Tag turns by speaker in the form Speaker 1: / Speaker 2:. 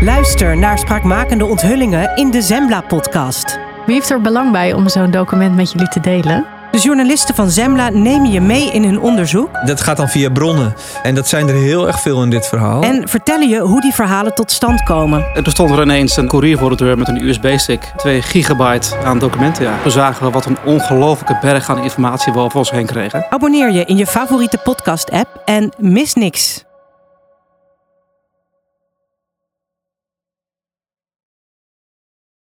Speaker 1: Luister naar spraakmakende onthullingen in de Zembla-podcast.
Speaker 2: Wie heeft er belang bij om zo'n document met jullie te delen?
Speaker 1: De journalisten van Zembla nemen je mee in hun onderzoek
Speaker 3: Dat gaat dan via bronnen. En dat zijn er heel erg veel in dit verhaal.
Speaker 1: en vertellen je hoe die verhalen tot stand komen.
Speaker 4: En toen stond er ineens een courier voor de deur met een USB-stick. 2 gigabyte aan documenten, ja. Toen zagen we wat een ongelofelijke berg aan informatie we over ons heen kregen.
Speaker 1: Abonneer je in je favoriete podcast-app en mis niks.